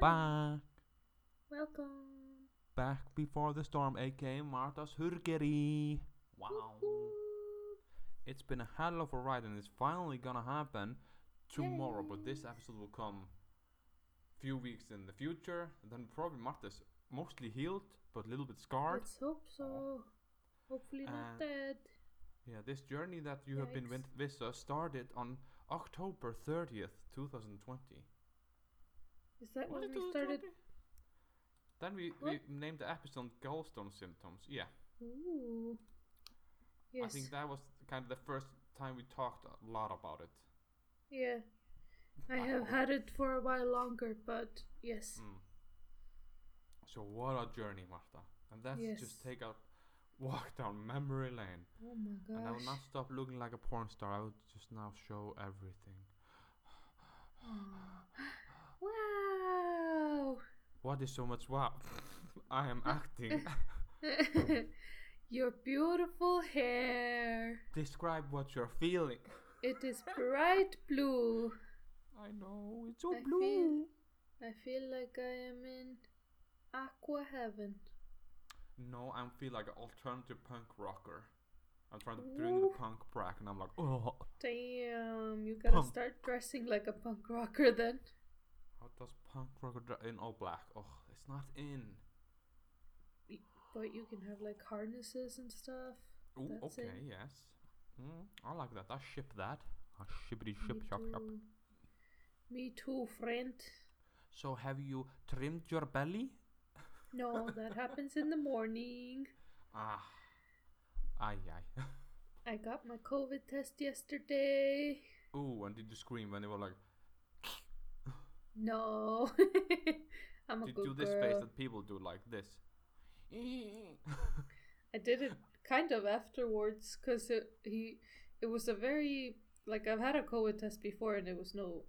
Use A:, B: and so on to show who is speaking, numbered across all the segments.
A: back.
B: Welcome.
A: Back before the storm, aka Marta's Hurgery. Wow. It's been a hell of a ride and it's finally gonna happen tomorrow. But this episode will come few weeks in the future. And then probably Marta's mostly healed, but a little bit scarred.
B: Let's hope so. Hopefully
A: Uh,
B: not dead.
A: Yeah, this journey that you have been with, with us started on October 30th, 2020.
B: Is that
A: Was
B: when
A: it
B: we started?
A: 2020? Then we, we
B: What?
A: named the episode Gallstone Symptoms. Yeah.
B: Ooh.
A: I
B: Yes.
A: think that was kind of the first time we talked a lot about it.
B: Yeah. I have had it for a while longer, but yes.
A: Mm. So what a journey, Marta. And that's
B: Yes.
A: just take a walk down memory lane.
B: Oh my
A: And I will
B: gosh.
A: not stop looking like a porn star. I will just now show everything.
B: Wow.
A: What is so much wow? I am acting.
B: Your beautiful hair.
A: Describe what you're feeling.
B: It is bright blue.
A: I know, it's so
B: I feel-
A: blue.
B: I feel like I am in aqua heaven.
A: No, I feel like an alternative punk rocker. I'm trying to doing the
B: Ooh.
A: punk brack and I'm like, oh.
B: Damn, you gotta
A: Punk.
B: start dressing like a punk rocker then.
A: How does punk rocker dra- in all black? Oh, it's not in.
B: But you can have like harnesses and stuff.
A: Ooh,
B: That's
A: okay,
B: in.
A: yes. Mm, I like that. I ship that. I shippity
B: Me
A: ship shop shop.
B: too. Me too, friend.
A: So have you trimmed your belly?
B: No, that happens in the morning.
A: Ah. Aye aye.
B: I got my COVID test yesterday.
A: Ooh, and did you scream when they were like
B: No. I'm a
A: did
B: good
A: do this
B: girl.
A: face that people do like this?
B: I did it kind of afterwards because it he it was a very like I've had a COVID test before and it was no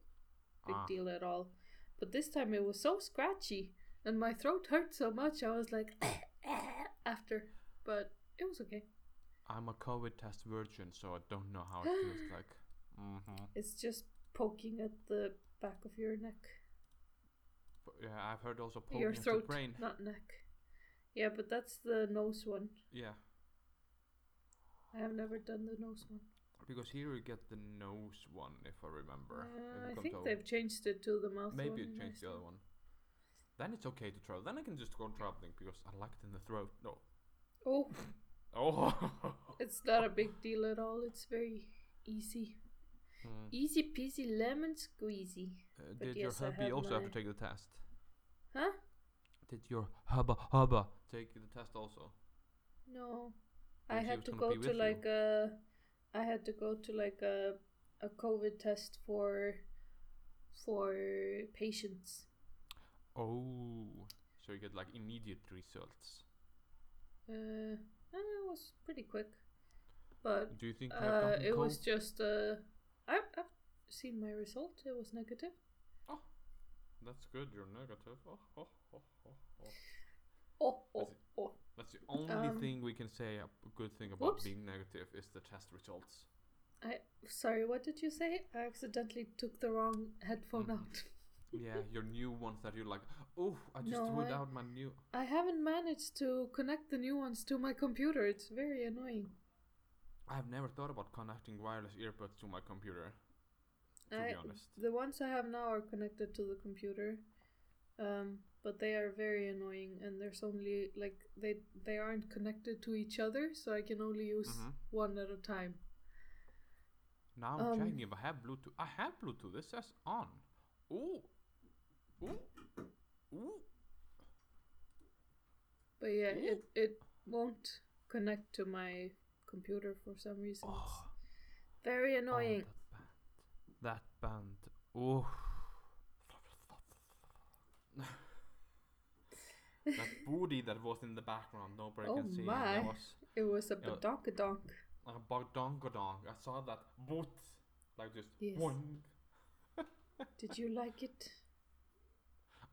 B: big
A: Ah.
B: deal at all, but this time it was so scratchy and my throat hurt so much I was like after, but it was okay.
A: I'm a COVID test virgin, so I don't know how it feels like. Mm-hmm.
B: It's just poking at the back of your neck,
A: Yeah, I've heard also poking
B: your
A: at the
B: throat,
A: brain.
B: not neck. Yeah, but that's the nose one.
A: Yeah,
B: I have never done the nose one.
A: because here you get the nose one, if I remember. if
B: Uh,
A: you
B: I
A: come
B: think
A: to-
B: they've changed it to the mouth one.
A: Maybe it
B: in
A: changed the other
B: Iceland.
A: one. Then it's okay to travel. Then I can just go traveling because I like it in the throat. No.
B: Oh.
A: Oh.
B: It's not a big deal at all. It's very easy.
A: Mm.
B: Easy peasy lemon squeezy.
A: Uh,
B: But
A: did
B: yes, I
A: your hubby
B: have
A: also have
B: my-
A: to take the test?
B: Huh?
A: Did your hubba hubba take the test also?
B: No.
A: Then
B: I
A: she
B: had
A: was
B: to
A: gonna
B: go
A: be
B: to
A: with
B: like a I had to go to like a a COVID test for for patients.
A: Oh. So you get like immediate results.
B: Uh I don't know, it was pretty quick. But
A: Do you think you have
B: uh
A: gotten
B: it was
A: cold?
B: just uh I've I've seen my result. It was negative.
A: Oh, That's good. You're negative. Oh, oh, oh, oh, oh.
B: Oh oh
A: it-
B: oh.
A: That's the only
B: Um,
A: thing we can say. A good thing about
B: whoops.
A: being negative is the test results.
B: I sorry, what did you say? I accidentally took the wrong headphone
A: Mhm.
B: out.
A: yeah, your new ones that you're like, oh, I just
B: No,
A: threw it
B: I-
A: out my new.
B: I haven't managed to connect the new ones to my computer. It's very annoying.
A: I've never thought about connecting wireless earbuds to my computer. To
B: I,
A: be honest,
B: the ones I have now are connected to the computer, um, but they are very annoying. And there's only like they they aren't connected to each other, so I can only use
A: Mhm.
B: one at a time.
A: now I'm
B: um,
A: checking if I have Bluetooth. I have Bluetooth. This says on. Ooh, ooh, ooh.
B: But yeah, it
A: Ooh.
B: it won't connect to my computer for some reason. It's
A: Oh,
B: very
A: oh,
B: annoying.
A: that band. That band. Ooh. that booty that was in the background. Nobody
B: Oh
A: can see.
B: my.
A: That was
B: It was a
A: Yeah.
B: badonkadonk.
A: like a bogdongodong. I saw that boot. Like just
B: Yes.
A: boing.
B: Did you like it?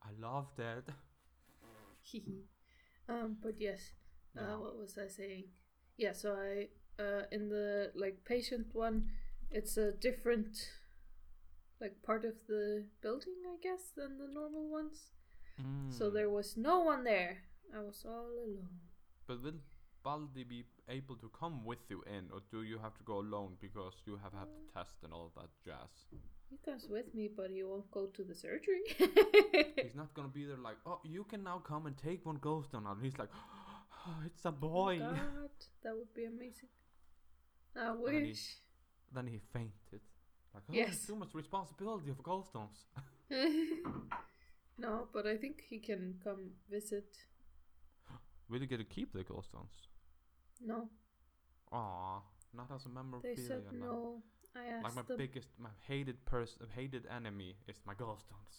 A: I loved it.
B: Hehe. um, but yes, uh,
A: Now,
B: what was I saying? Yeah, so I uh, in the like patient one, it's a different like part of the building, I guess, than the normal ones. So
A: Mm.
B: there was no one there. I was all alone.
A: But will Baldi be able to come with you in, or do you have to go alone because you have had the test and all that jazz?
B: He comes with me, but he won't go to the surgery.
A: He's not gonna be there like, oh, you can now come and take one ghost on, and he's like, it's a boy.
B: Oh God, that would be amazing. I
A: he-
B: wish.
A: then he fainted. Like, oh,
B: Yes.
A: it's too much responsibility for gallstones.
B: no, but I think he can come visit.
A: Will you get to keep the gallstones?
B: No,
A: Aw, not as a
B: they
A: memorabilia.
B: said
A: now.
B: no. I
A: Like
B: asked
A: my
B: them.
A: biggest, my hated person, hated enemy is my gallstones.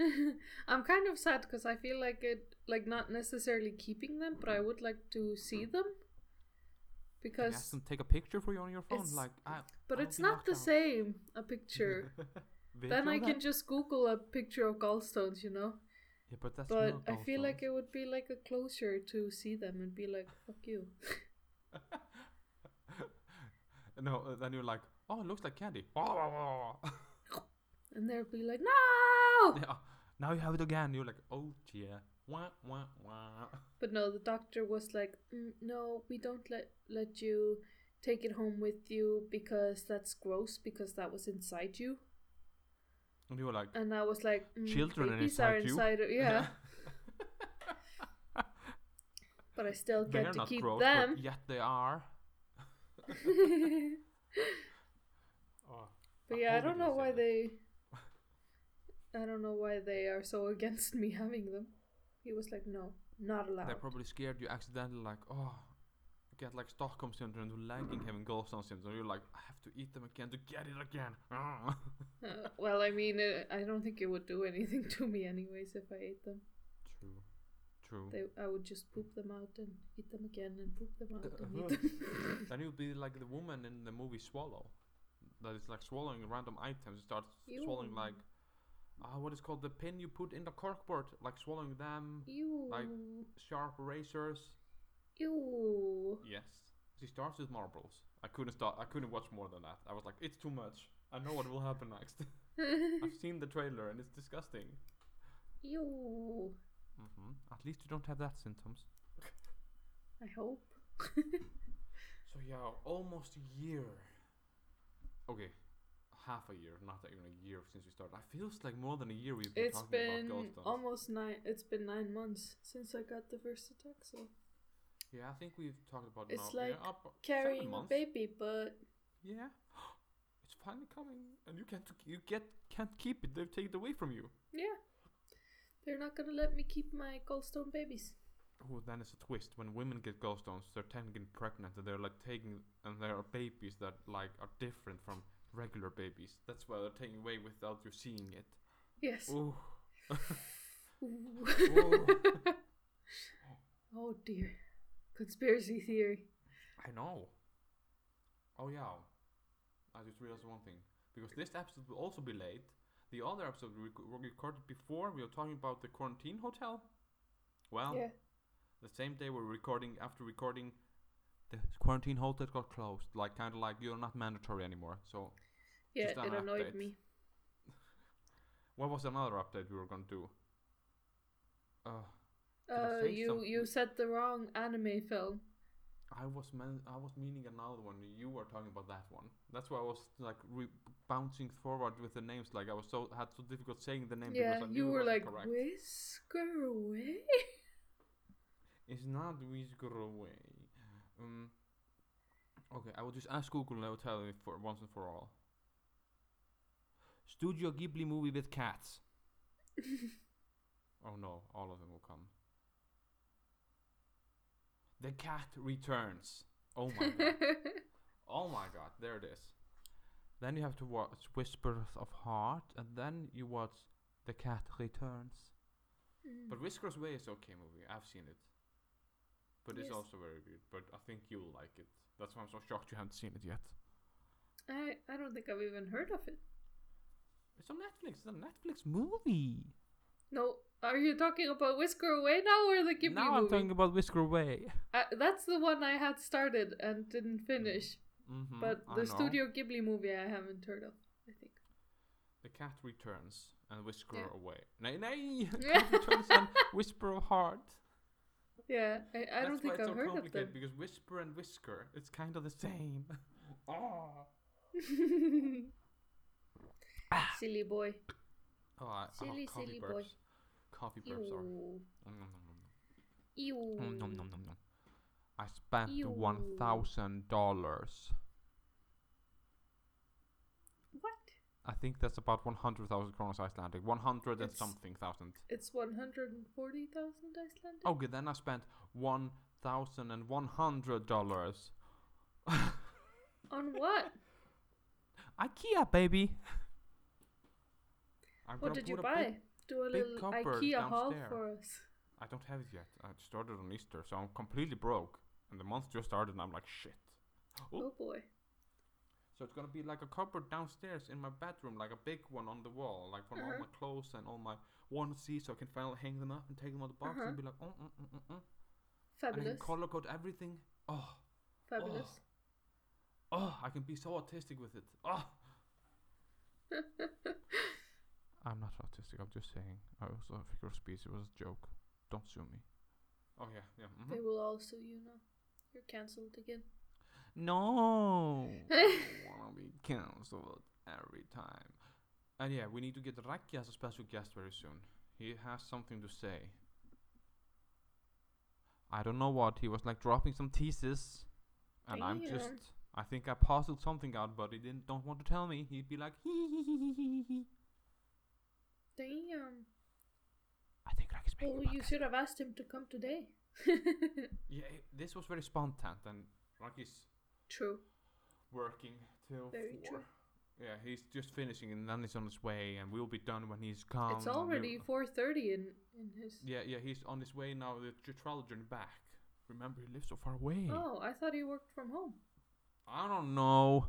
B: I'm kind of sad because I feel like it, like not necessarily keeping them, but I would like to see them.
A: Can Hmm.
B: Because,
A: you ask them to take a picture for you on your phone?
B: it's-
A: like, I,
B: but
A: I'll
B: it's
A: be
B: not
A: knocked
B: the
A: out.
B: same. A picture. then I can just Google a picture of gallstones, you know.
A: Yeah, but that's
B: But
A: not
B: I feel like
A: gallstones.
B: it would be like a closure to see them and be like, "Fuck you."
A: No, uh, then you're like, oh, it looks like candy.
B: And they'll be like, no!
A: yeah. Now you have it again. You're like, oh dear. Wah, wah, wah.
B: But no, the doctor was like, mm, no, we don't let, let you take it home with you because that's gross because that was inside you.
A: And you were like,
B: And I was like, mm,
A: Children are
B: babies
A: inside you."
B: inside of- yeah. but I still
A: they're
B: get to
A: not
B: keep
A: gross,
B: them.
A: but yet they are. Oh,
B: but
A: I
B: yeah, I
A: hope it
B: don't know
A: didn't say
B: why
A: that.
B: they. I don't know why they are so against me having them. He was like, no, not
A: They're
B: allowed.
A: probably scared you accidentally like, oh, get like Stockholm syndrome, to lagging having gallstone syndrome. You're like, I have to eat them again to get it again. Ah.
B: Uh, well, I mean, uh, I don't think it would do anything to me, anyways, if I ate them.
A: True. True.
B: They, I would just poop them out and eat them again and poop them
A: Uh,
B: out and
A: Uh-huh.
B: eat them.
A: then you'll be like the woman in the movie Swallow, that is like swallowing random items. It starts swallowing
B: Ew.
A: like, ah, what is called the pin you put in the corkboard, like swallowing them,
B: Ew.
A: sharp razors.
B: Ew.
A: Yes, she starts with marbles. I couldn't start. I couldn't watch more than that. I was like, it's too much. I know what will happen next. I've seen the trailer and it's disgusting.
B: Ew.
A: hmm At least you don't have that symptoms.
B: I hope.
A: So yeah, almost a year. Okay, half a year, not even a year since we started. It feels like more than a year we've been
B: It's
A: talking
B: been
A: about ghost Guns.
B: almost nine. It's been nine months since I got the first attack. So
A: Yeah, I think we've talked about
B: It's
A: now.
B: like
A: yeah, up seven
B: carrying a
A: months.
B: baby, but
A: Yeah, it's finally coming, and you can't you get can't keep it. They've taken it away from you.
B: yeah, they're not gonna let me keep my gallstone babies.
A: Oh, then it's a twist. When women get gallstones, they're tend getting pregnant, and they're like taking, and there are babies that like are different from regular babies. That's why they're taking away without you seeing it.
B: Yes.
A: Ooh.
B: Ooh.
A: Ooh.
B: Oh dear. Conspiracy theory.
A: I know. Oh yeah, I just realized one thing because this episode will also be late. The other episode we rec- we recorded before we were talking about the quarantine hotel. Well,
B: yeah.
A: the same day we're recording after recording, the quarantine hotel got closed. Like kind of like you're not mandatory anymore. So
B: Yeah,
A: just an
B: it annoyed
A: update.
B: me.
A: what was another update we were gonna do? Uh, Did I
B: Uh,
A: say
B: you
A: something?
B: you said the wrong anime film.
A: I was man- I was meaning another one. You were talking about that one. That's why I was like re- bouncing forward with the names. Like I was so had so difficult saying the name
B: Yeah,
A: because I knew
B: you
A: it
B: were
A: wasn't
B: like
A: correct.
B: whisker away.
A: It's not Whisker away. Um, okay, I will just ask Google and I will tell you for once and for all. Studio Ghibli movie with cats. oh no, all of them will come. The cat returns. Oh my god. Oh my god, there it is. Then you have to watch Whispers of Heart, and then you watch The Cat Returns. But Whiskers Way is okay movie. I've seen it, but it's
B: Yes.
A: also very weird. But I think you'll like it. That's why I'm so shocked you haven't seen it yet.
B: I I don't think I've even heard of it.
A: It's on Netflix. It's a Netflix movie.
B: No, are you talking about Whisker Away now or the Ghibli
A: now
B: movie?
A: I'm talking about Whisker Away.
B: I, that's the one I had started and didn't finish.
A: Mm-hmm,
B: But the Studio Ghibli movie I haven't heard of. I think.
A: The cat returns and Whisker
B: Yeah.
A: away. Nay, nay!
B: Yeah.
A: cat returns and Whisper of Heart.
B: Yeah, I, I
A: That's
B: don't
A: why
B: think
A: it's
B: I've
A: so
B: heard of
A: complicated
B: them.
A: because Whisper and Whisker, it's kind of the same. oh.
B: Silly boy.
A: Oh, I,
C: Silly,
A: oh, coffee
C: silly
A: burps.
C: boy.
A: Coffee burps are.
B: Ew.
A: Nom,
C: Ew.
A: nom, nom, nom, nom. Ah! Nom, nom, nom, nom, nom. I spent
C: Ew.
A: one thousand dollars.
B: What?
A: I think that's about one hundred thousand kronos Icelandic. One hundred and
B: It's-
A: something thousand.
B: It's 140,000 Icelandic?
A: Okay, then I spent one thousand and one hundred dollars.
B: On what?
A: IKEA baby. I'm
B: what
A: gonna
B: did you
A: put a big-
B: buy? Do a
A: big
B: little
A: cupboard
B: IKEA haul
A: downstairs.
B: for us.
A: I don't have it yet. I just ordered on Easter, so I'm completely broke. And the month just started, and I'm like, shit. Oh.
B: Oh boy.
A: So it's gonna be like a cupboard downstairs in my bedroom, like a big one on the wall, like for all
B: Uh-huh.
A: my clothes and all my onesies, so I can finally hang them up and take them out of the box
B: Uh-huh.
A: and be like, oh, mm, mm, mm, mm. and I can
B: Fabulous.
A: color code everything. Oh,
B: Fabulous.
A: oh, I can be so autistic with it. Oh. I'm not autistic. I'm just saying. I also a figure of speech. It was a joke. Don't sue me. Oh yeah, yeah. mhm.
B: They will also, you know. You're cancelled again.
A: No. wanna be cancelled every time. And yeah, we need to get Raki as a special guest very soon. He has something to say. I don't know what. He was like dropping some thesis. And I'm
B: Yeah.
A: just I think I parceled something out, but he didn't don't want to tell me. He'd be like hee hee hee hee hee hee hee.
B: Damn.
A: I think Raki's making
B: Well,
A: a
B: Oh, you
A: podcast."
B: should have asked him to come today.
A: Yeah, it- this was very spontaneous and Raki's
B: True.
A: working till
B: Very
A: four.
B: true.
A: Yeah, he's just finishing and then he's on his way and we'll be done when he's calm.
B: it's
A: and we'll-
B: already 4:30 in in his.
A: Yeah, yeah, he's on his way now. The tr- travel journey back. Remember, he lives so far away.
B: Oh, I thought he worked from home.
A: I don't know.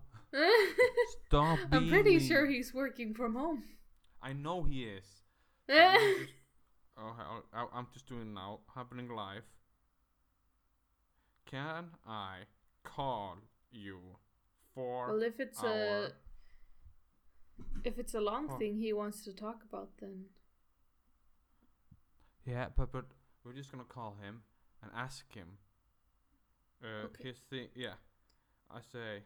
A: Stop
B: I'm
A: being
B: pretty
A: mean.
B: sure he's working from home.
A: I know he is. I'm
B: yeah,
A: just- oh, I- I, I'm just doing now. Happening live. Can I call you for
B: Well, if it's uh,
A: our?
B: a- if it's a long
A: Huh.
B: thing he wants to talk about, then
A: Yeah, but but we're just gonna call him and ask him. Uh,
B: Okay.
A: his thing. Yeah, I say.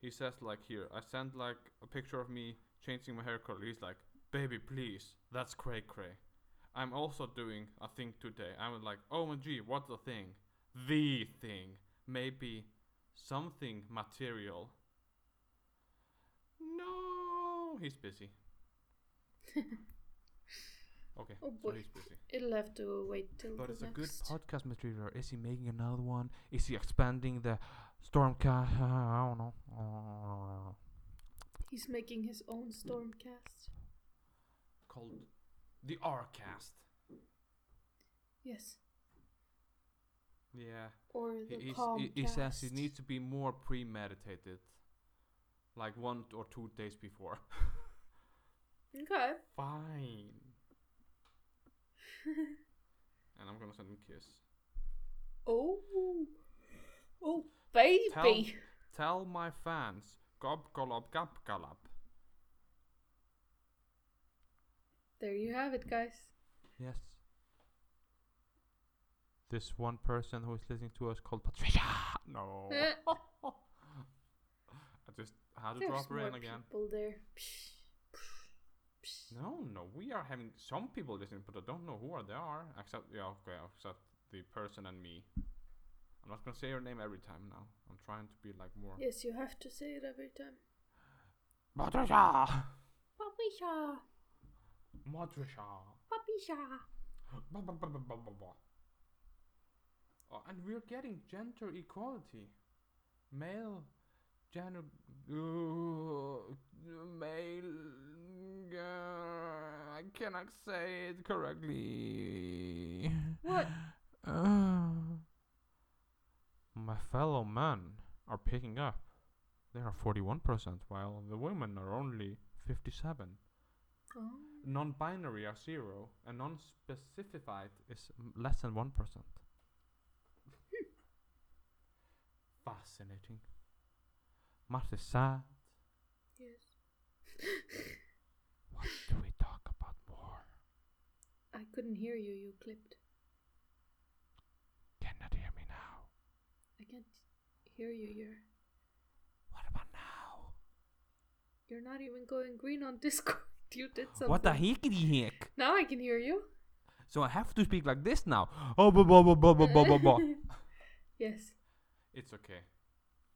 A: He says like here. I send like a picture of me changing my hair color. He's like, "Baby, please, that's cray cray." I'm also doing a thing today. I'm like, "OMG, what's the thing? The thing? Maybe something material." No, he's busy. okay,
B: Oh,
A: so
B: boy.
A: he's busy.
B: it'll have to wait till
A: But
B: the
A: it's a
B: next.
A: good podcast material. Is he making another one? Is he expanding the Stormcast? I don't know. Uh,
B: He's making his own stormcast.
A: called the Rcast.
B: Yes,
A: Yeah.
B: or
A: He,
B: the
A: he's-
B: calm
A: he, he says he needs to be more premeditated. Like one or two days before.
B: Okay.
A: Fine. and I'm gonna send him a kiss.
B: Oh, oh, baby.
A: Tell my fans, gob golob gab galab.
B: There you have it, guys.
A: Yes. This one person who is listening to us called Patricia. No.
B: Eh,
A: I just had to
B: There's
A: drop her
B: more
A: in again.
B: people there. Psh, psh, psh.
A: No, no, we are having some people listening, but I don't know who are they are. Except, yeah, okay, except the person and me. I'm not gonna say her name every time now. I'm trying to be like more.
B: Yes, you have to say it every time.
A: Patricia!
C: Papisha.
A: Patricia!
C: Papisha.
A: Ba, ba, ba, ba, ba, ba, ba. Oh, and we're getting gender equality. Male gender uh, male uh, I cannot say it correctly.
B: What?
A: Uh, my fellow men are picking up. They are 41%, while the women are only 57
B: Oh.
A: non-binary are zero, and non-specified is m- less than one percent. Fascinating. Martha is sad.
B: Yes.
A: What do we talk about more?
B: I couldn't hear you. You clipped.
A: Cannot hear me now.
B: I can't hear you. You're
A: What about now?
B: you're not even going green on Discord. You did something.
A: What the hickety hick?
B: Now I can hear you.
A: So I have to speak like this now. Oh, blah, blah, blah, blah, blah, blah, blah, blah.
B: yes,
A: It's okay.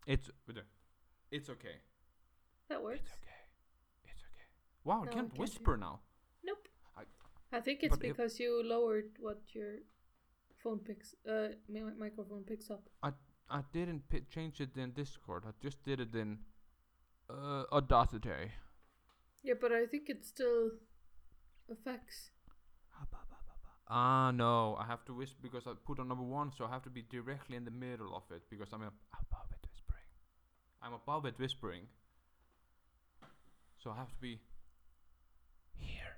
A: It's it's okay.
B: that works.
A: okay. It's okay. Wow, I
B: No,
A: can't
B: I can't do
A: whisper now.
B: Nope.
A: I-
B: I think it's
A: But if-
B: because you lowered what your phone picks, uh, mi- microphone picks up.
A: I I didn't pi change it in Discord. I just did it in uh, Audacity.
B: Yeah, but I think it still affects.
A: Ah no, I have to whisper because I put on number one, so I have to be directly in the middle of it because I'm ab- above it whispering. I'm above it whispering. So I have to be here.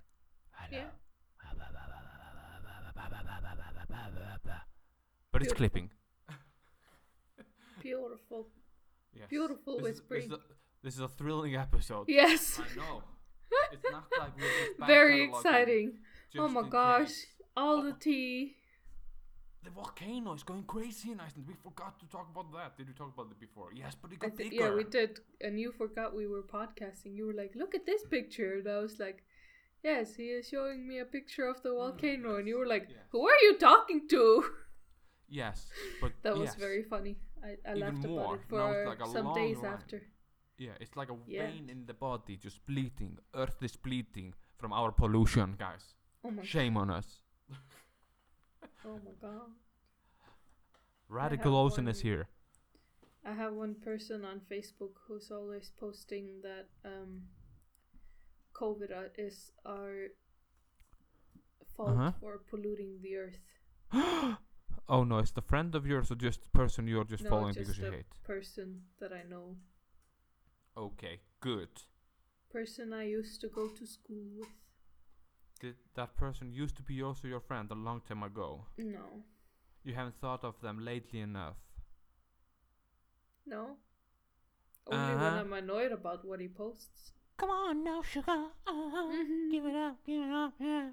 B: Yeah.
A: But it's
B: Beautiful.
A: clipping.
B: Beautiful.
A: Yes.
B: Beautiful
A: this Is, this,
B: whispering.
A: is a, this is a thrilling episode.
B: Yes.
A: I know. It's not like we're just back
B: Very
A: cataloging
B: exciting. Oh
A: just
B: my
A: in
B: gosh.
A: case.
B: All
A: Oh.
B: the tea.
A: The volcano is going crazy in Iceland. We forgot to talk about that. Did we talk about it before? Yes, but it
B: I
A: got
B: thi-
A: bigger.
B: yeah, we did. And you forgot we were podcasting. You were like, look at this picture. And I was like, yes, he is showing me a picture of the
A: Mm.
B: volcano. And you were like,
A: yes.
B: who are you talking to?
A: Yes, but
B: That was
A: yes.
B: very funny. I, I
A: Even
B: laughed
A: more.
B: about it
A: Now
B: for
A: it's like a
B: some
A: long
B: days
A: line.
B: after.
A: Yeah, it's like a
B: Yeah.
A: vein in the body just bleeding. Earth is bleeding from our pollution, guys.
B: Oh my,
A: Shame on us.
B: oh my god.
A: Radical ocean
B: one-
A: is here.
B: I have one person on Facebook who's always posting that um, COVID uh, is our fault
A: Uh-huh.
B: for polluting the earth.
A: Oh no, it's the friend of yours or just person you're just
B: No,
A: following
B: just
A: because you
B: a
A: hate.
B: person that I know,
A: Okay, good.
B: person I used to go to school with.
A: Did that person used to be also your friend a long time ago?
B: No,
A: You haven't thought of them lately enough.
B: no. Only when
A: Uh-huh.
B: I'm annoyed about what he posts.
A: Come on now, sugar. Uh-huh.
B: Mm-hmm.
A: Give it up, give it up, yeah.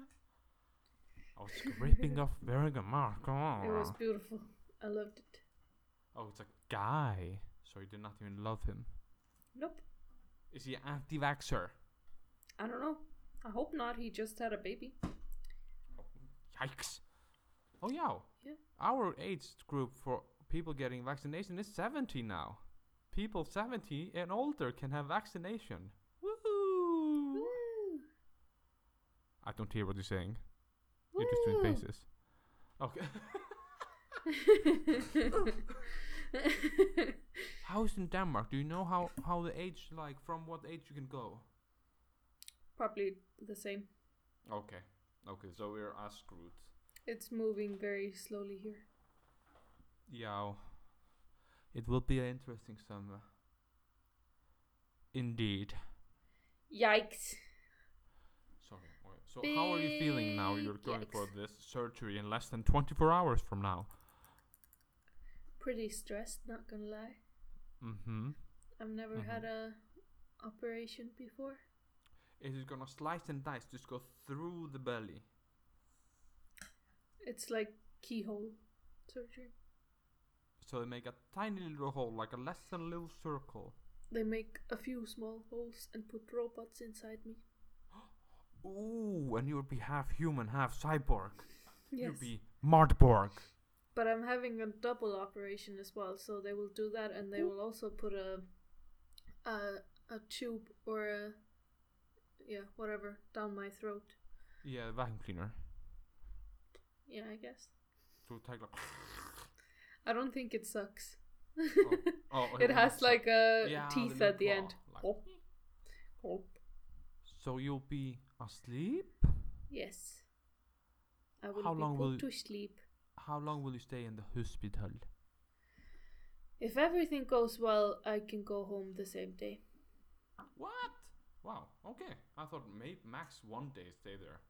A: I was scraping off Veronica Mark. Come on.
B: It was beautiful. I loved it.
A: Oh, it's a guy. So you did not even love him.
B: Nope.
A: Is he anti vaxxer?
B: I don't know. I hope not. He just had a baby.
A: Yikes. Oh, yeah.
B: Yeah.
A: Our age group for people getting vaccination is 70 now. People 70 and older can have vaccination. Woohoo! I don't hear what you're saying. You're just doing faces. Okay. How's in Denmark? Do you know how, how the age, like, from what age you can go?
B: Probably the same.
A: Okay. Okay, so we're as screwed.
B: It's moving very slowly here.
A: Yeah. It will be an interesting summer. Indeed.
B: Yikes.
A: Sorry. okay. So how are you feeling now? You're
B: Big
A: going for
B: yikes.
A: this surgery in less than 24 hours from now.
B: Pretty stressed, not gonna lie.
A: Mm-hmm.
B: I've never had a operation before.
A: It is gonna slice and dice, just go through the belly.
B: It's like keyhole surgery.
A: So they make a tiny little hole, like a less than little circle.
B: They make a few small holes and put robots inside me.
A: Ooh, and you'll be half human, half cyborg.
B: Yes.
A: You'll be Martborg.
B: But I'm having a double operation as well, so they will do that and they will also put a a a tube or a yeah, whatever, down my throat.
A: Yeah, vacuum cleaner.
B: Yeah, I guess.
A: So take like.
B: I don't think it sucks.
A: Oh,
B: it
A: will
B: has
A: suck.
B: like a
A: Yeah, the
B: teeth
A: little
B: at the
A: claw,
B: end.
A: like-
B: Hop. Hop.
A: So you'll be asleep.
B: Yes. I will
A: How
B: be
A: long
B: put
A: will-
B: to sleep.
A: How long will you stay in the hospital?
B: If everything goes well, I can go home the same day.
A: What? Wow. Okay. I thought maybe max one day stay there.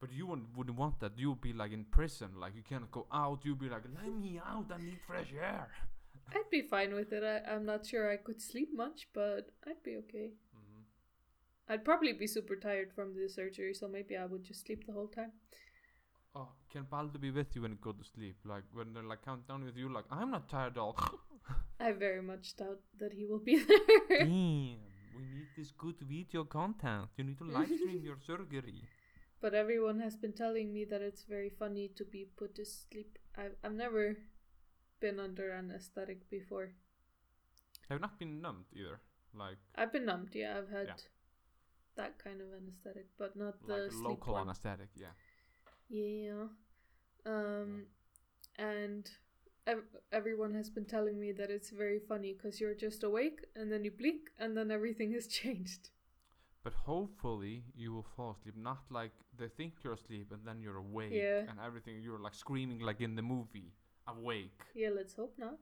A: But you wouldn't, wouldn't want that. You'll be like in prison. Like you cannot go out. You'll be like, let me out. I need fresh air.
B: I'd
A: Mm-hmm.
B: be fine with it. I, I'm not sure I could sleep much, but I'd be okay. I'd probably be super tired from the surgery, so maybe I would just sleep the whole time.
A: Oh, can Balder be with you when you go to sleep? Like when they're like count down with you, like I'm not tired at all.
B: I very much doubt that he will be there.
A: Damn, we need this good video content. You need to live stream your surgery.
B: but everyone has been telling me that it's very funny to be put to sleep. I've, I've never been under anesthetic before.
A: I've not been numbed either. Like
B: I've been numbed, yeah. I've had
A: Yeah.
B: that kind of anesthetic, but not the
A: like
B: sleep
A: local
B: one.
A: anesthetic, yeah.
B: Yeah. Um, and ev- everyone has been telling me that it's very funny because you're just awake and then you blink and then everything has changed.
A: But hopefully you will fall asleep, not like they think you're asleep and then you're awake
B: Yeah.
A: and everything. You're like screaming like in the movie, awake.
B: Yeah, let's hope not.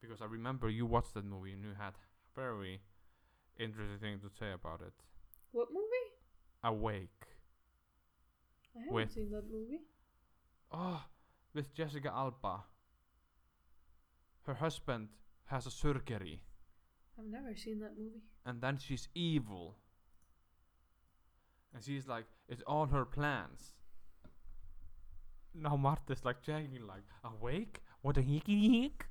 A: Because I remember you watched that movie and you had very interesting thing to say about it.
B: What movie?
A: Awake.
B: I haven't
A: With-
B: seen that movie.
A: Oh, with Jessica Alba. Her husband has a surgery
B: I've never seen that movie.
A: and then she's evil. And she's like, it's all her plans. Now Martha's like checking, like, awake? What a hickey hick?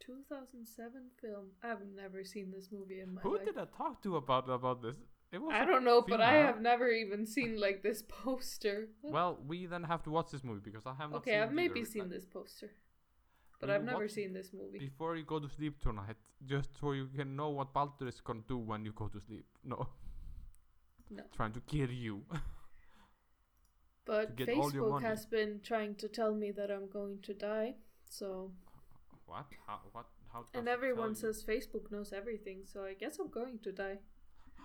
B: 2007 film. I've never seen this movie in my
A: Who
B: life.
A: did I talk to about about this? It was
B: I
A: a
B: don't know, but I
A: female.
B: have never even seen like this poster. What?
A: Well, we then have to watch this movie because I have not
B: okay,
A: seen
B: I've
A: it
B: maybe
A: either.
B: seen
A: Like,
B: this poster, but
A: we
B: I've
A: will
B: never
A: watch it
B: seen this movie.
A: Before you go to sleep tonight, just so you can know what Baldur is gonna do when you go to sleep. No.
B: No.
A: Trying to kill you.
B: But
A: get all your
B: Facebook
A: money.
B: has been trying to tell me that I'm going to die. So,
A: what? How? What? How? does it
B: and
A: tell
B: everyone
A: you?
B: says Facebook knows everything, so I guess I'm going to die.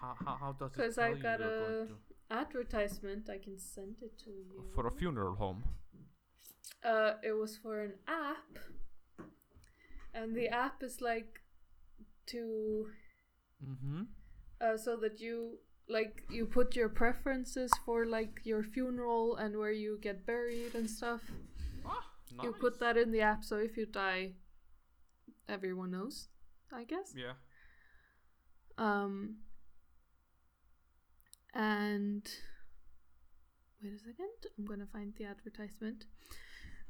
A: How? How, how does it?
B: Because
A: tell
B: I
A: you
B: got
A: you're going
B: a
A: to-
B: advertisement. I can send it to you.
A: for a funeral home.
B: uh, it was for an app, and the app is like to
A: Mm-hmm.
B: uh, so that you like you put your preferences for like your funeral and where you get buried and stuff.
A: Ah, nice.
B: You put that in the app, so if you die, everyone knows. I guess.
A: Yeah.
B: Um. And wait a second, I'm gonna find the advertisement.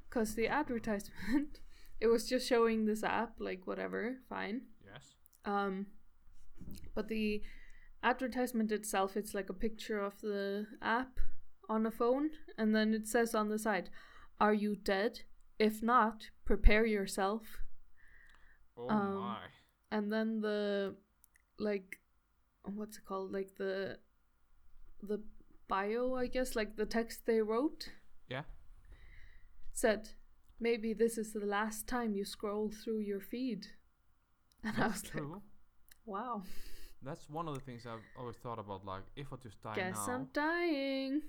B: Cause the advertisement, it was just showing this app, like whatever, fine.
A: Yes.
B: Um, but the advertisement itself, it's like a picture of the app on a phone, and then it says on the side, "Are you dead? If not, prepare yourself."
A: Oh
B: Um,
A: my.
B: and then the like what's it called like the the bio i guess like the text they wrote
A: Yeah.
B: said maybe this is the last time you scroll through your feed and i
A: That's
B: was like
A: true.
B: wow
A: That's one of the things I've always thought about. Like, if I just die
B: guess
A: now,
B: i'm dying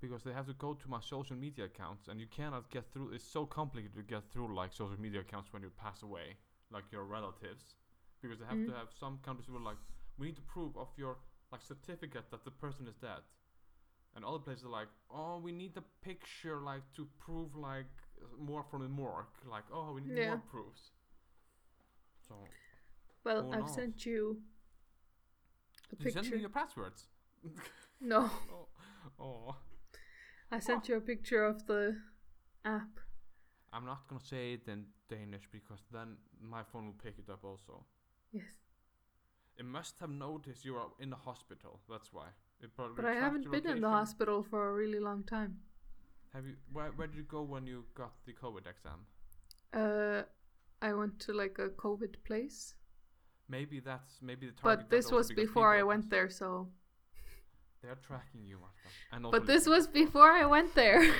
A: because they have to go to my social media accounts, and you cannot get through. It's so complicated to get through like social media accounts when you pass away, like your relatives, because they have
B: Mm.
A: to have some countries who are like, we need to prove of your like certificate that the person is dead, and other places are like, oh, we need a picture like to prove like more from the morgue, like oh, we need
B: Yeah.
A: more proofs. So
B: well
A: Who
B: i've
A: knows?
B: sent you a
A: Did you send me
B: picture
A: your passwords.
B: no
A: Oh, oh.
B: i sent you a picture of the app
A: I'm not gonna say it in Danish because then my phone will pick it up also.
B: yes
A: It must have noticed you are in the hospital. That's why. It probably
B: but i
A: tracked
B: haven't
A: your
B: been in the
A: location.
B: hospital for a really long time
A: Have you? Where, where did you go when you got the COVID exam?
B: Uh, I went to like a COVID place,
A: Maybe that's maybe the target.
B: but this was before I went
A: there.
B: there. So,
A: They're tracking you, Martha. And also
B: but this
A: listening,
B: was
A: of course.
B: before I went there.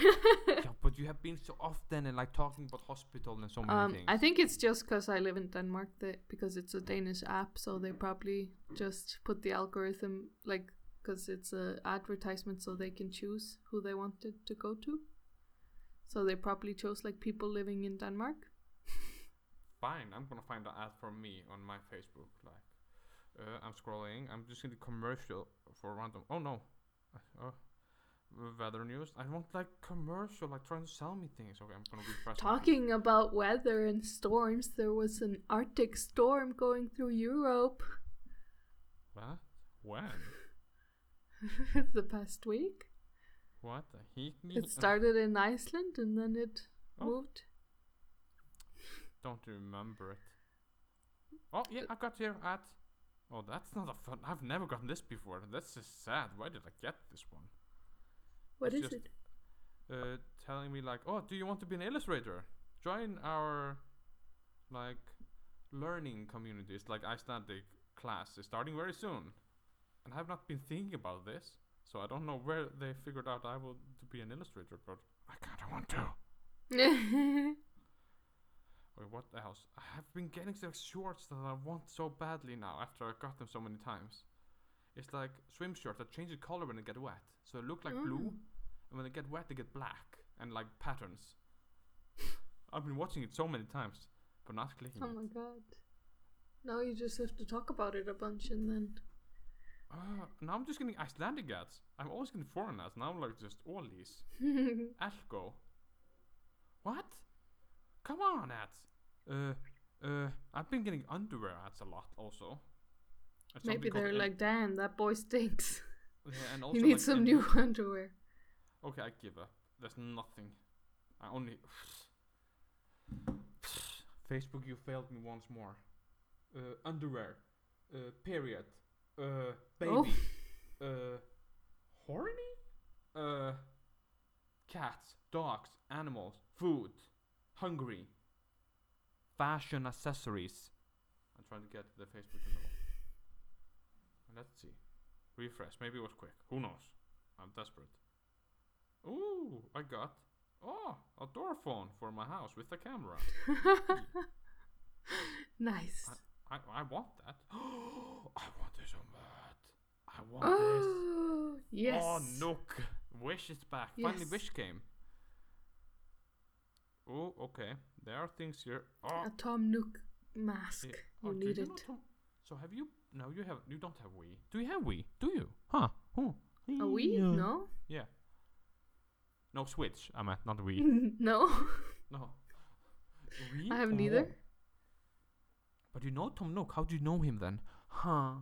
A: Yeah, but you have been so often and like talking about hospital and so many
B: um,
A: things.
B: I think it's just because I live in Denmark that because it's a Danish app, so they probably just put the algorithm like because it's a advertisement, so they can choose who they wanted to go to. So they probably chose like people living in Denmark.
A: Fine, I'm gonna find an ad for me on my Facebook. Like, uh, I'm scrolling. I'm just in the commercial for random. Oh no, uh, uh, weather news. I want like commercial, like trying to sell me things. Okay, I'm gonna refresh. my feed.
B: Talking about weather and storms, there was an Arctic storm going through Europe.
A: What? When?
B: the past week.
A: What the heck?
B: It started in Iceland and then it
A: Oh.
B: moved.
A: Don't remember it. Oh yeah, I got here at. Oh, that's not a fun. I've never gotten this before. That's just sad. Why did I get this one?
B: What is
A: It's just-
B: it?
A: Uh, telling me like, oh, do you want to be an illustrator? Join our, like, learning community. It's like Icelandic class is starting very soon, and I've not been thinking about this, so I don't know where they figured out I will to be an illustrator, but I kind of want to. Wait, what else? I have been getting some shorts that I want so badly now after I got them so many times. It's like swim shorts that change the color when they get wet. So they look like
B: Mm.
A: blue, and when they get wet, they get black and like patterns. I've been watching it so many times, but not clicking.
B: oh
A: it.
B: my god. Now you just have to talk about it a bunch and then.
A: Ah, now I'm just getting Icelandic ads. I'm always getting foreign ads. Now I'm like just all these. Alco. What? Come on, ads. Uh, uh, I've been getting underwear ads a lot also. And something
B: Maybe
A: called
B: they're
A: N-
B: like, damn, that boy stinks.
A: Yeah, and also
B: You need
A: like
B: some
A: N-
B: new underwear.
A: Okay, I give up. There's nothing. I only. Facebook, you failed me once more. Uh, underwear. Uh, period. Uh, baby.
B: Oh.
A: Uh, horny? Uh, cats, dogs, animals, food, hungry, fashion accessories. I'm trying to get the Facebook number. Let's see. Refresh. Maybe it was quick. Who knows? I'm desperate. Ooh, I got oh a door phone for my house with a camera.
B: Nice.
A: I, I want that. I want this so bad. I want this.
B: Oh, yes.
A: Oh Nook, Wish is back. Finally,
B: Yes.
A: Wish came. Oh, okay. There are things here. Oh,
B: A Tom Nook mask.
A: yeah.
B: You
A: Oh, do
B: need
A: you
B: it.
A: know Tom- So have you? No, you have. You don't have Wii. Do you have Wii? Do you? Huh? Who?
B: A Wii? No?
A: Yeah. No Switch. I meant not Wii.
B: no?
A: No. Wii?
B: I haven't
A: Oh.
B: either.
A: But you know Tom Nook. How do you know him then? Huh?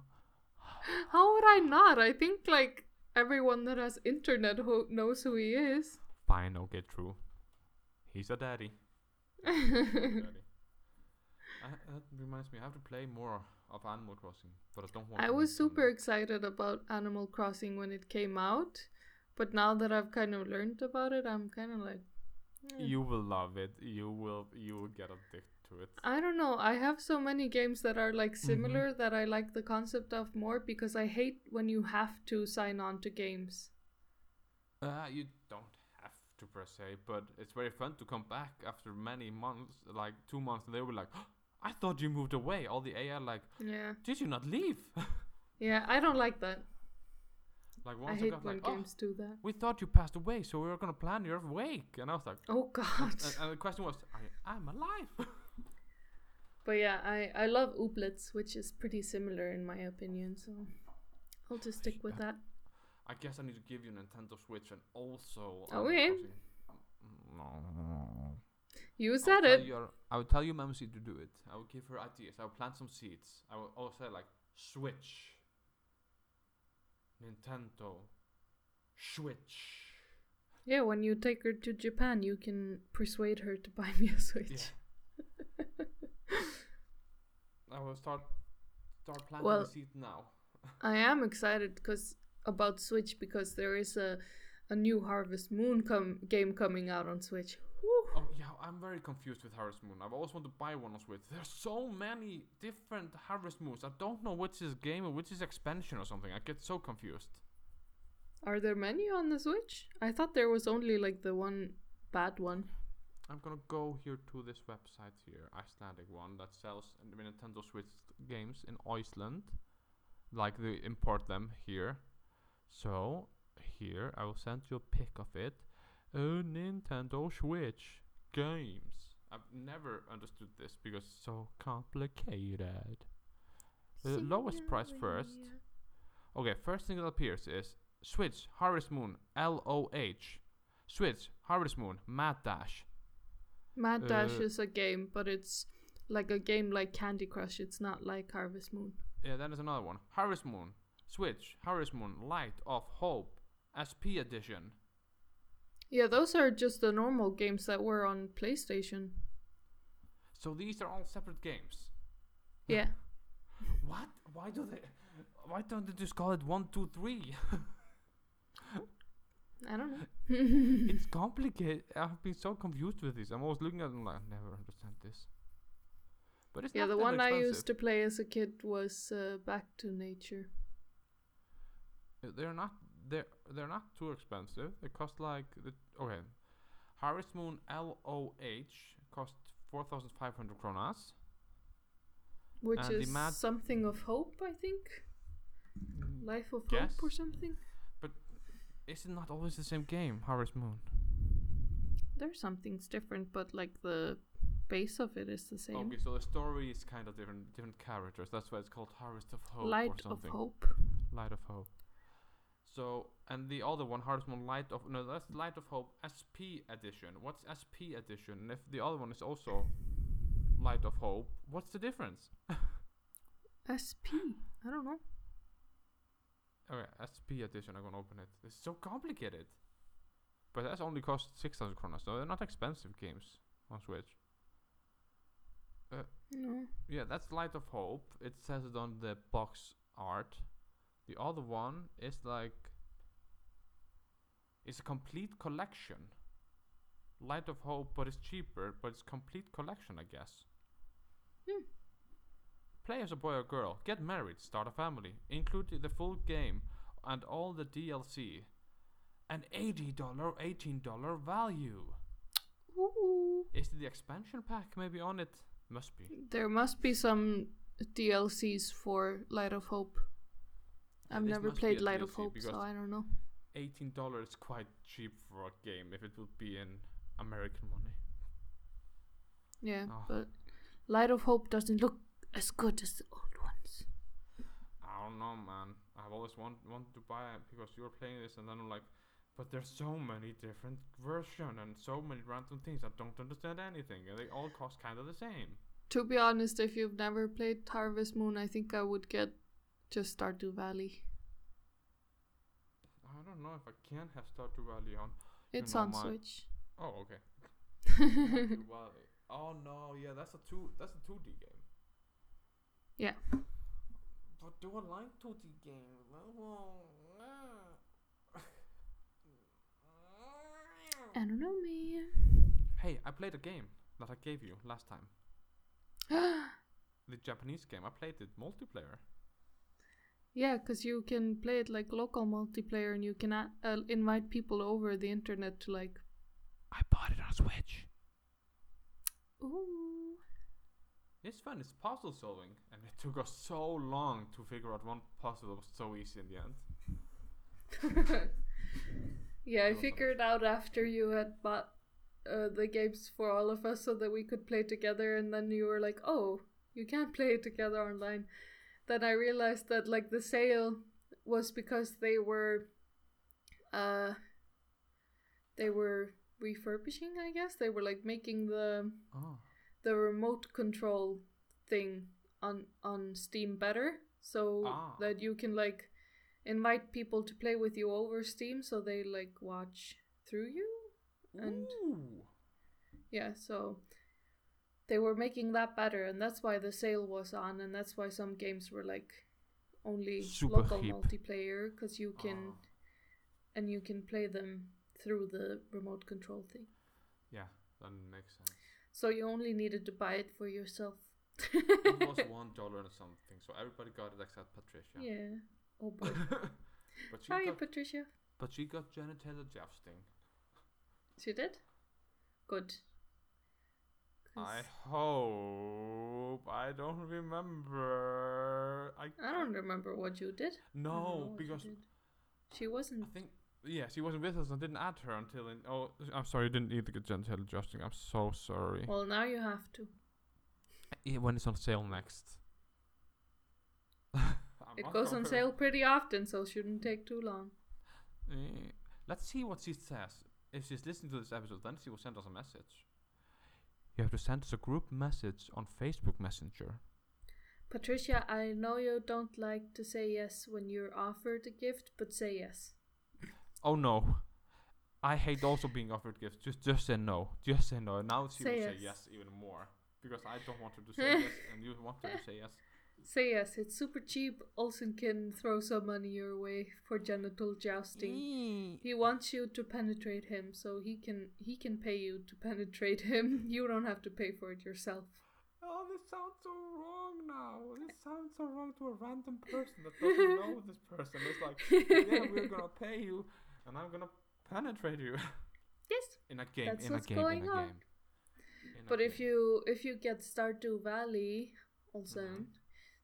B: How would I not? I think, like, everyone that has internet ho- knows who he is.
A: Fine. Okay. True. He's a daddy. daddy. I, that reminds me. I have to play more of Animal Crossing, but I don't want.
B: I
A: to
B: was
A: use Tom
B: super
A: Nook.
B: excited about Animal Crossing when it came out, but now that I've kind of learned about it, I'm kind of like, eh.
A: You will love it. You will. You will get addicted to it.
B: I don't know. I have so many games that are
A: Mm-hmm.
B: like similar that I like the concept of more because I hate when you have to sign on to games.
A: Uh, you don't have to per se, but it's very fun to come back after many months, like two months. And they were like, "I thought you moved away." All the AI like,
B: Yeah.
A: "Did you not leave?"
B: Yeah, I don't like that.
A: like
B: I
A: once I,
B: hate
A: got
B: when
A: like, "Oh,
B: games do that.
A: we thought you passed away, so we were gonna plan your wake. And I was like,
B: Oh god.
A: and, and the question was, I, I'm alive.
B: but yeah, I I love Ooblets, which is pretty similar in my opinion, so I'll just stick with that.
A: I guess I need to give you Nintendo Switch and also. um,
B: Oh,
A: Animal
B: yeah.
A: Crossing. No.
B: You
A: I
B: said
A: will um, tell
B: it.
A: your- I will tell you, Mamsie, to do it. I will give her ideas. I will plant some seeds. I will also like Switch, Nintendo, Switch.
B: Yeah, when you take her to Japan, you can persuade her to buy me a Switch.
A: Yeah. I will start start planting
B: Well-
A: the seed now.
B: I am excited because about Switch because there is a a new Harvest Moon com- game coming out on Switch. Whew.
A: Oh yeah, I'm very confused with Harvest Moon. I've always wanted to buy one on Switch. There's so many different Harvest Moons. I don't know which is game and which is expansion or something. I get so confused.
B: Are there many on the Switch? I thought there was only like the one bad one.
A: I'm gonna go here to this website here, Icelandic one that sells the Nintendo Switch games in Iceland. Like they import them here. So here I will send you a pic of it. Oh Nintendo Switch games. I've never understood this because it's so complicated. The lowest price first. Okay, first thing that appears is Switch Harvest Moon L O H. Switch Harvest Moon Mad Dash.
B: Mad Dash
A: Uh,
B: is a game, but it's like a game like Candy Crush. It's not like Harvest Moon.
A: Yeah, then there's another one. Harvest Moon, Switch, Harrismoon, Light of Hope, SP Edition.
B: Yeah, those are just the normal games that were on PlayStation.
A: So these are all separate games. Hmm.
B: Yeah.
A: What? Why do they? Why don't they just call it one, two, three?
B: I don't know.
A: it's complicated. I've been so confused with this. I'm always looking at it and like, I never understand this. But it's
B: yeah,
A: not
B: the
A: that
B: one I
A: expensive.
B: used to play as a kid was uh, Back to Nature.
A: Uh, They're not they're they're not too expensive. They cost like the, okay, Harvest Moon L O H cost four thousand five hundred kronas.
B: Which
A: And the
B: is
A: mad-
B: something of hope, I think.
A: Mm,
B: Life of hope or
A: Yes.
B: something.
A: Is it not always the same game, Harvest Moon?
B: There's something's different, but like the base of it is
A: Oh,
B: the same.
A: Okay, so the story is kind of different, different characters. That's why it's called Harvest of Hope
B: Light
A: or
B: of
A: something.
B: hope.
A: Light of Hope. So and the other one, Harvest Moon Light of no, that's Light of Hope SP edition. What's SP edition? And if the other one is also Light of Hope, what's the difference?
B: SP. I don't know.
A: Okay, SP edition. I'm gonna open it. It's so complicated. But that's only cost six thousand kronas, so they're not expensive games on Switch.
B: No.
A: Yeah, that's Light of Hope. It says it on the box art. The other one is like it's a complete collection. Light of Hope, but it's cheaper, but it's complete collection, I guess.
B: Hmm.
A: Play as a boy or girl, get married, start a family, include the full game and all the DLC. An eighty dollar, eighteen dollar value.
B: Ooh.
A: Is the expansion pack maybe on it? Must be.
B: There must be some DLCs for Light of Hope.
A: Yeah,
B: I've
A: this
B: never
A: must be
B: played
A: a
B: Light of
A: DLC
B: Hope,
A: because
B: so I don't know.
A: eighteen dollars is quite cheap for a game if it would be in American money.
B: Yeah,
A: Oh.
B: but Light of Hope doesn't look as good as the old ones.
A: I don't know, man. I've always want wanted to buy it because you were playing this, and then I'm like, but there's so many different version and so many random things. I don't understand anything, and they all cost kind of the same.
B: To be honest, if you've never played Harvest Moon, I think I would get just Stardew Valley.
A: I don't know if I can have Stardew Valley on.
B: It's
A: know,
B: on
A: my-
B: Switch.
A: Oh, okay. Stardew Valley. Oh no, yeah, that's a two. That's a two D game.
B: Yeah.
A: But do I like 2D games?
B: I don't know, man.
A: Hey, I played a game that I gave you last time. the Japanese game. I played it multiplayer.
B: Yeah, because you can play it like local multiplayer and you can a- uh, invite people over the internet to like.
A: I bought it on Switch.
B: Ooh.
A: It's fun. It's puzzle solving, and it took us so long to figure out one puzzle that was so easy in the end.
B: yeah, I
A: Well,
B: figured out after you had bought uh, the games for all of us so that we could play together, and then you were like, oh, you can't play together online. Then I realized that, like, the sale was because they were. Uh, they were refurbishing, I guess. They were like making the
A: Oh.
B: the remote control thing on on Steam better so
A: Ah.
B: that you can like invite people to play with you over Steam so they like watch through you. And-
A: Ooh.
B: Yeah, so they were making that better and that's why the sale was on and that's why some games were like only
A: Super
B: local
A: cheap.
B: multiplayer cuz you can
A: Ah.
B: and you can play them through the remote control thing.
A: Yeah, that makes sense.
B: So you only needed to buy it for yourself.
A: it was one dollar and something, so everybody got it except Patricia.
B: yeah. Oh boy.
A: but she
B: Hi,
A: got,
B: Patricia.
A: but she got genital jousting.
B: She did? Good. 'Cause
A: I hope I don't remember. I,
B: I don't remember what you did. I don't
A: no
B: know what you
A: because
B: did. She
A: I
B: wasn't.
A: think yeah she wasn't with us. and didn't add her until in, oh I'm sorry I didn't either get genital adjusting. I'm so sorry.
B: Well, now you have to.
A: Yeah, when it's on sale next. I'm
B: It
A: not
B: goes on
A: gonna-
B: sale pretty often, so it shouldn't take too long.
A: Eh, Let's see what she says. If she's listening to this episode, then she will send us a message. You have to send us a group message on Facebook Messenger.
B: Patricia, I know you don't like to say yes when you're offered a gift, but say yes.
A: Oh no. I hate also being offered gifts. Just just say no. Just say no. And now she
B: Say
A: will say yes
B: yes.
A: even more. Because I don't want her to say yes and you want her to say yes.
B: Say yes. It's super cheap. Olsen can throw some money your way for genital jousting. He wants you to penetrate him, so he can he can pay you to penetrate him. You don't have to pay for it yourself.
A: Oh, this sounds so wrong now. This sounds so wrong to a random person that doesn't know this person. It's like, yeah, we're gonna pay you, and I'm gonna penetrate you
B: Yes.
A: in a game.
B: That's
A: in a
B: what's
A: game. In a
B: going
A: game.
B: on.
A: In a
B: But if
A: game.
B: you if you get Stardew Valley,
A: Mm-hmm.
B: Olsen,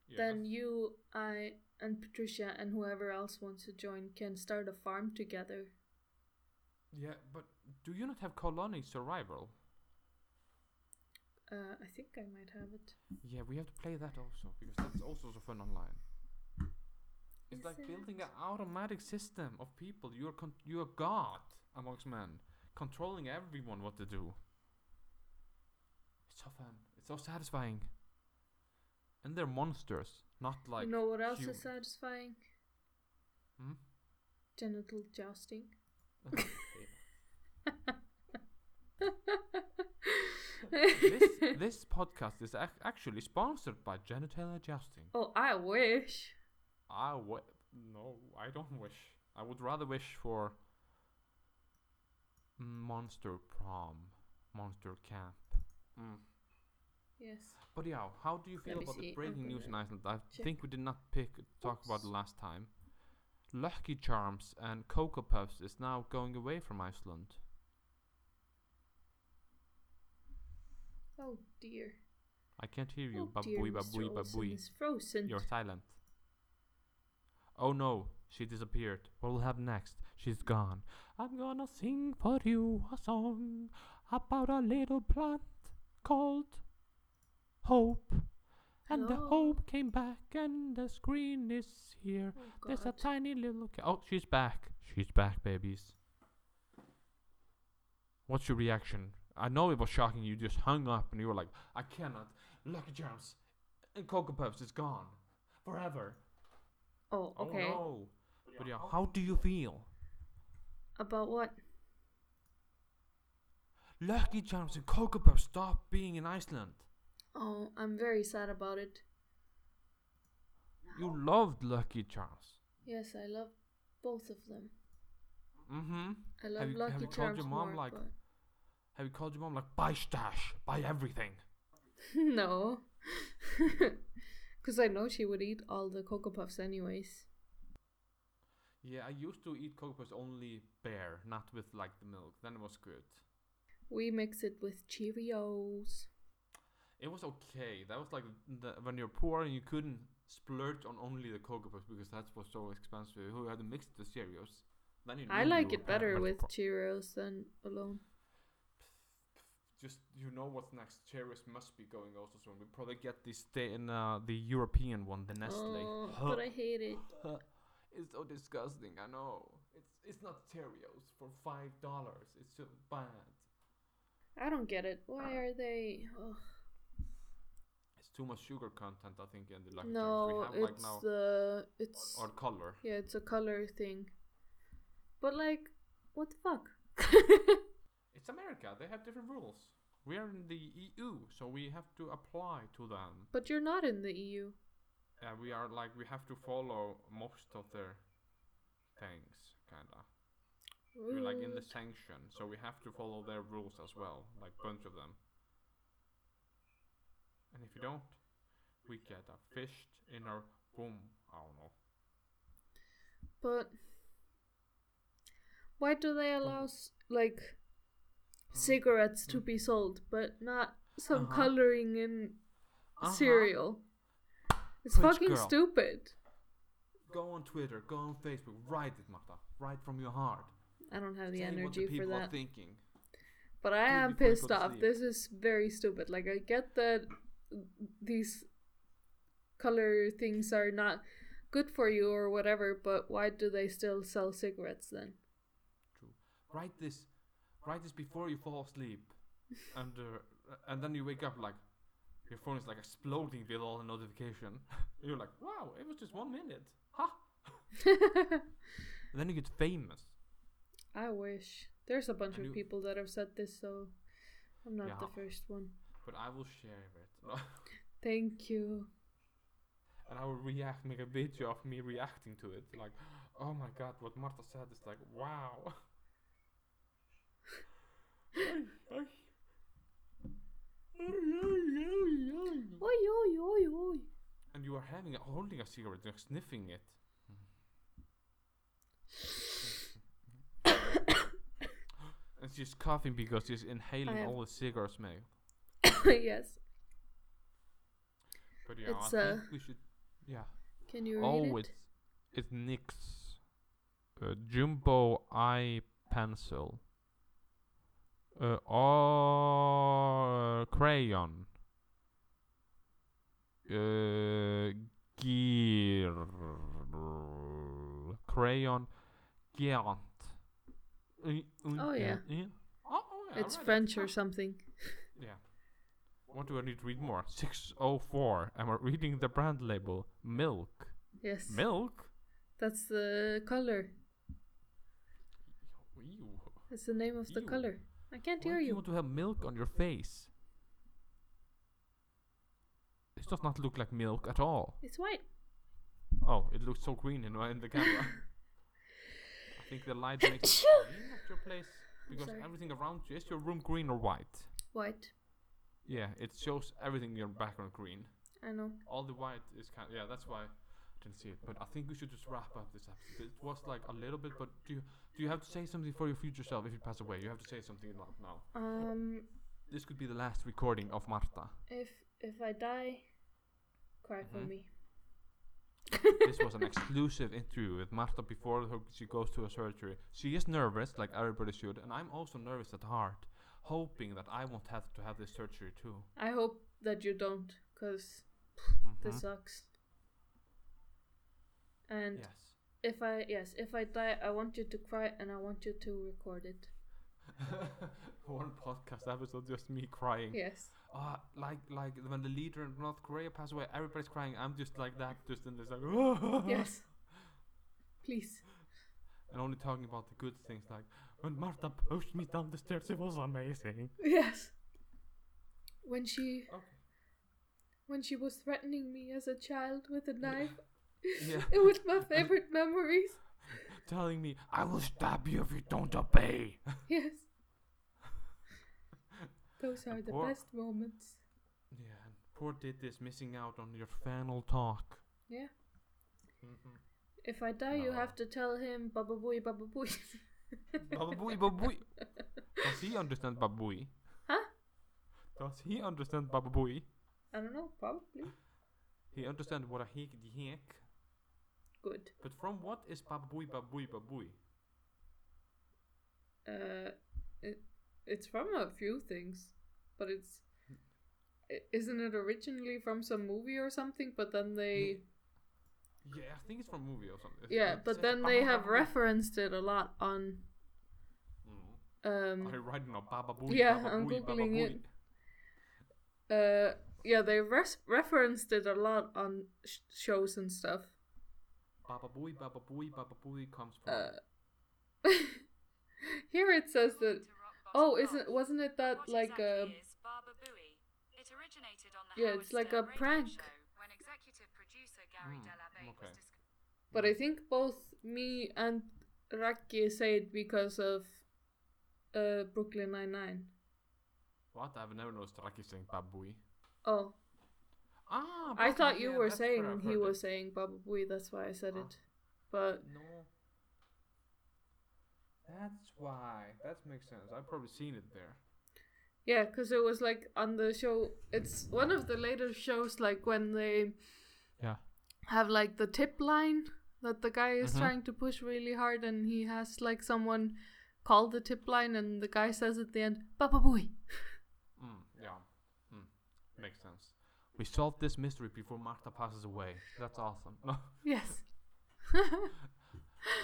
A: Yes.
B: then you, I, and Patricia and whoever else wants to join can start a farm together.
A: yeah, but do you not have colony survival?
B: Uh, I think I might have it.
A: Yeah, we have to play that also because that's also so fun online. It's
B: Is
A: like
B: it?
A: building an automatic system of people. You're con- you're god amongst men, controlling everyone what to do. It's so fun. It's so satisfying. And they're monsters, not like
B: you know what else
A: human.
B: is satisfying?
A: Hmm?
B: Genital jousting.
A: this this podcast is ac- actually sponsored by Genital Adjusting.
B: Oh, I wish.
A: I w- no, I don't wish. I would rather wish for monster prom, monster camp.
B: Yes.
A: But yeah, how do you feel
B: me
A: about
B: see,
A: the
B: I'm
A: breaking news in
B: gonna
A: Iceland? I
B: check.
A: think we did not pick talk about it
B: Oops.
A: last time. Lucky Charms and Cocoa Puffs is now going away from Iceland.
B: Oh dear.
A: I can't hear you.
B: Oh dear,
A: babui,
B: Mr.
A: babui,
B: Olsen
A: babui.
B: is frozen.
A: You're silent. Oh no, she disappeared. What will happen next? She's gone. I'm gonna sing for you a song about a little plant called Hope. And the
B: Hello?
A: hope came back, and the screen is here.
B: Oh,
A: There's a
B: God.
A: tiny little. Ca- oh, she's back. She's back, babies. What's your reaction? I know it was shocking. You just hung up and you were like, I cannot. Lucky Charms and Cocoa Puffs is gone. Forever.
B: oh, okay.
A: Oh no. But yeah, how do you feel?
B: About what?
A: Lucky Charms and Cocoa Puffs stop being in Iceland.
B: Oh, I'm very sad about it.
A: You loved Lucky Charms.
B: Yes, I love both of them.
A: Mm hmm.
B: I love
A: you- have
B: Lucky
A: you called
B: Charms
A: your mom,
B: more,
A: like-
B: but-
A: Have you called your mom like, buy stash, buy everything?
B: no, because I know she would eat all the cocoa puffs anyways.
A: Yeah, I used to eat Cocoa Puffs only bare, not with like the milk. Then it was good.
B: We mix it with Cheerios.
A: It was okay. That was like the, when you're poor and you couldn't splurge on only the Cocoa Puffs because that was so expensive. You had to mix the cereals. Then you
B: I
A: knew you
B: like
A: were
B: it better
A: much
B: with
A: pro-
B: Cheerios than alone.
A: just you know what's next. Cheerios must be going also soon. We probably get this day in uh, the European one, the Nestle.
B: Oh,
A: Huh.
B: but I hate it.
A: Huh. it's so disgusting. I know. It's it's not Cheerios for five dollars. It's so bad.
B: I don't get it. Why are they? Ugh.
A: It's too much sugar content, I think, in the Lucky
B: no,
A: Charms. We have
B: it's
A: like now
B: the it's
A: or color.
B: yeah, it's a color thing. But like, what the fuck?
A: It's America. They have different rules. We are in the EU, so we have to apply to them.
B: but you're not in the E EU.
A: Uh, we are like we have to follow most of their things, kinda. We're like in the
B: Rude.
A: sanction, so we have to follow their rules as well, like bunch of them. And if you don't, we get a fished in our boom. I don't know.
B: But why do they allow s- like cigarettes to be sold, but not some
A: Mm. Uh-huh.
B: coloring in
A: Uh-huh.
B: cereal? It's
A: Preach,
B: fucking
A: girl.
B: stupid.
A: Go on Twitter. Go on Facebook. Write it, Marta. Write from your heart.
B: I don't have the
A: Say what the
B: energy for
A: people are
B: that.
A: thinking.
B: But I
A: Do it
B: am
A: before you go
B: pissed
A: to
B: off.
A: sleep.
B: This is very stupid. Like I get that these color things are not good for you or whatever, but why do they still sell cigarettes then?
A: True. Write this. Write this before you fall asleep, and uh, and then you wake up like, Your phone is like exploding with all the notification. You're like, wow, it was just one minute. Ha! And then you get famous.
B: I wish. There's a bunch
A: And
B: of
A: you-
B: people that have said this, so I'm not the
A: Yeah.
B: first one.
A: But I will share it.
B: Thank you.
A: and I will react, make a video of me reacting to it. Like, oh my god, what Marta said is like, wow.
C: Oi, oi, oi, oi.
A: and you are having a, holding a cigarette, you're sniffing it. and she's coughing because she's inhaling
B: have-
A: all the cigarette smell.
B: yes.
A: But yeah,
B: It's,
A: I
B: uh,
A: think we should. Yeah.
B: Can you read
A: Oh,
B: it?
A: it's it's Nix, uh, Jumbo Eye Pencil, uh, or Crayon, uh, Gear, Crayon, Geant.
B: Oh, yeah.
A: Oh, oh, yeah, I
B: It's
A: read it.
B: French or something.
A: Yeah. What do I need to read more? 604. Am I reading the brand label? Milk.
B: Yes.
A: Milk?
B: That's the color.
A: Ew.
B: That's the name of the
A: Ew.
B: color. I can't
A: Why
B: hear
A: do
B: you.
A: you want to have milk on your face? This does not look like milk at all.
B: It's white.
A: Oh, it looks so green in, in the camera. I think the light makes it green at your place because
B: sorry.
A: everything around you is your room green or white.
B: White.
A: Yeah, it shows everything in your background green.
B: I know.
A: All the white is kind. yeah, that's why I didn't see it. But I think we should just wrap up this episode. It was like a little bit, but do you do you have to say something for your future self if you pass away? You have to say something now. now.
B: Um,
A: This could be the last recording of Marta.
B: if if I die, cry for
A: Mhm.
B: me.
A: this was an exclusive interview with Marta before her, she goes to her surgery. She is nervous, like everybody should, and I'm also nervous at heart, hoping that I won't have to have this surgery too.
B: I hope that you don't, cause
A: Mm-hmm.
B: this sucks. And
A: Yes.
B: if I yes, if I die, I want you to cry and I want you to record it.
A: One podcast episode, just me crying.
B: Yes.
A: Ah, like like when the leader in North Korea passed away, everybody's crying. I'm just like that, just in this like.
B: Yes. Please.
A: And only talking about the good things, like when Marta pushed me down the stairs, it was amazing.
B: Yes. When she
A: Okay.
B: when she was threatening me as a child with a knife,
A: Yeah.
B: it was my favorite memories.
A: telling me, I will stab you if you don't obey.
B: Yes. Those are
A: And
B: the
A: poor-
B: best moments.
A: Yeah, and poor did this missing out on your final talk.
B: Yeah.
A: Mm-hmm.
B: If I die, you
A: No.
B: have to tell him baba booey baba booey.
A: babui, babui. Does he understand babui?
B: Huh?
A: Does he understand babui?
B: I don't know, probably.
A: He understands what a hik hik.
B: Good.
A: But from what is babui, babui, babui?
B: Uh, it, it's from a few things, but it's i- isn't it originally from some movie or something? But then they
A: Yeah, I think it's from movie or something.
B: yeah,
A: It
B: but
A: says
B: then they
A: babui,
B: have
A: babui.
B: referenced it a lot on
A: Mm.
B: um
A: I write now babui,
B: Yeah,
A: babui,
B: I'm Googling
A: babui.
B: it. uh yeah they res- referenced it a lot on sh- shows and stuff.
A: Babui, babui, babui comes from.
B: Uh, Here it says that. Oh, isn't wasn't it that
D: What
B: like
D: exactly
B: uh
D: is Baba Booey? It originated on the
B: Yeah,
D: Howard
B: it's like
D: Stern
B: a
D: radio
B: prank.
D: show when executive producer Gary
A: Mm,
D: Delabbé was
A: okay.
D: disc-
B: But I think both me and Raki say it because of uh, Brooklyn Nine Nine.
A: what? I've never noticed Raki saying babui.
B: Oh,
A: Ah,
B: I
A: Bucky,
B: thought you
A: yeah,
B: were
A: that's where
B: saying
A: I've
B: he
A: heard
B: was
A: it.
B: saying Baba Booey. That's why I said
A: Ah.
B: it. But
A: No. That's why. That makes sense. I've probably seen it there.
B: yeah, because it was like on the show. It's one of the later shows, like when they
A: Yeah.
B: have like the tip line that the guy is
A: Mhm.
B: trying to push really hard, and he has like someone call the tip line, and the guy says at the end, Baba Booey.
A: Mm, yeah. Mm, makes sense. We solved this mystery before Marta passes away. That's awesome. No.
B: Yes.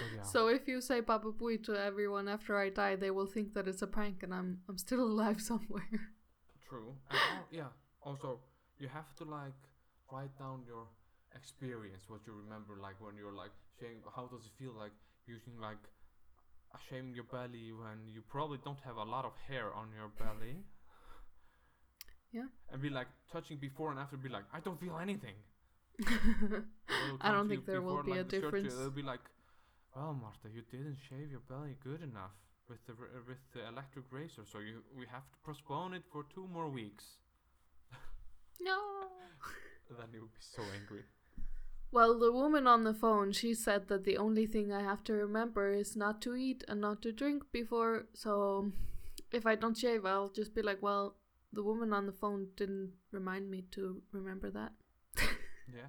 A: but yeah.
B: So if you say Baba Booey to everyone after I die, they will think that it's a prank and I'm I'm still alive somewhere.
A: True. And al- yeah. Also, you have to like write down your experience, what you remember, like when you're like shame. How does it feel like using like a shame in your belly when you probably don't have a lot of hair on your belly?
B: Yeah.
A: And be like touching before and after. Be like, I don't feel anything. But it'll
B: I
A: come
B: don't
A: to you
B: think there will
A: before,
B: be a
A: the surgery,
B: difference.
A: It'll be like, well, Marta, you didn't shave your belly good enough with the r- with the electric razor, so you we have to postpone it for two more weeks.
B: No.
A: Then you would be so angry.
B: Well, the woman on the phone, she said that the only thing I have to remember is not to eat and not to drink before. So if I don't shave, I'll just be like, well, the woman on the phone didn't remind me to remember that.
A: Yeah.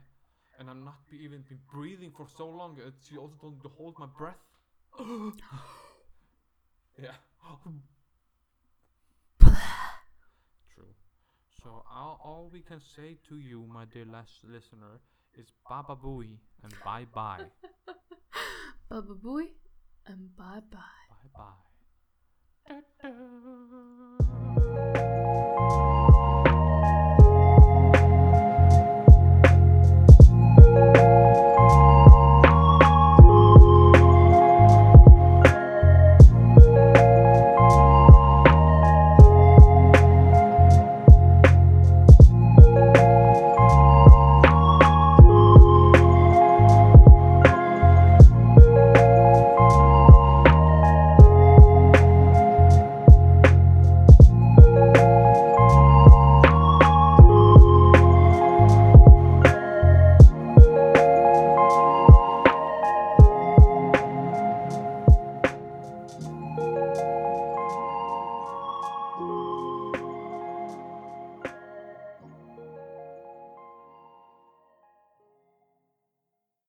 A: And I'm not be even been breathing for so long. uh, She also told me to hold my breath. yeah. True. So all, all we can say to you, my dear les- listener, is Baba Booey and bye bye.
B: Baba booey and bye bye.
A: Bye bye.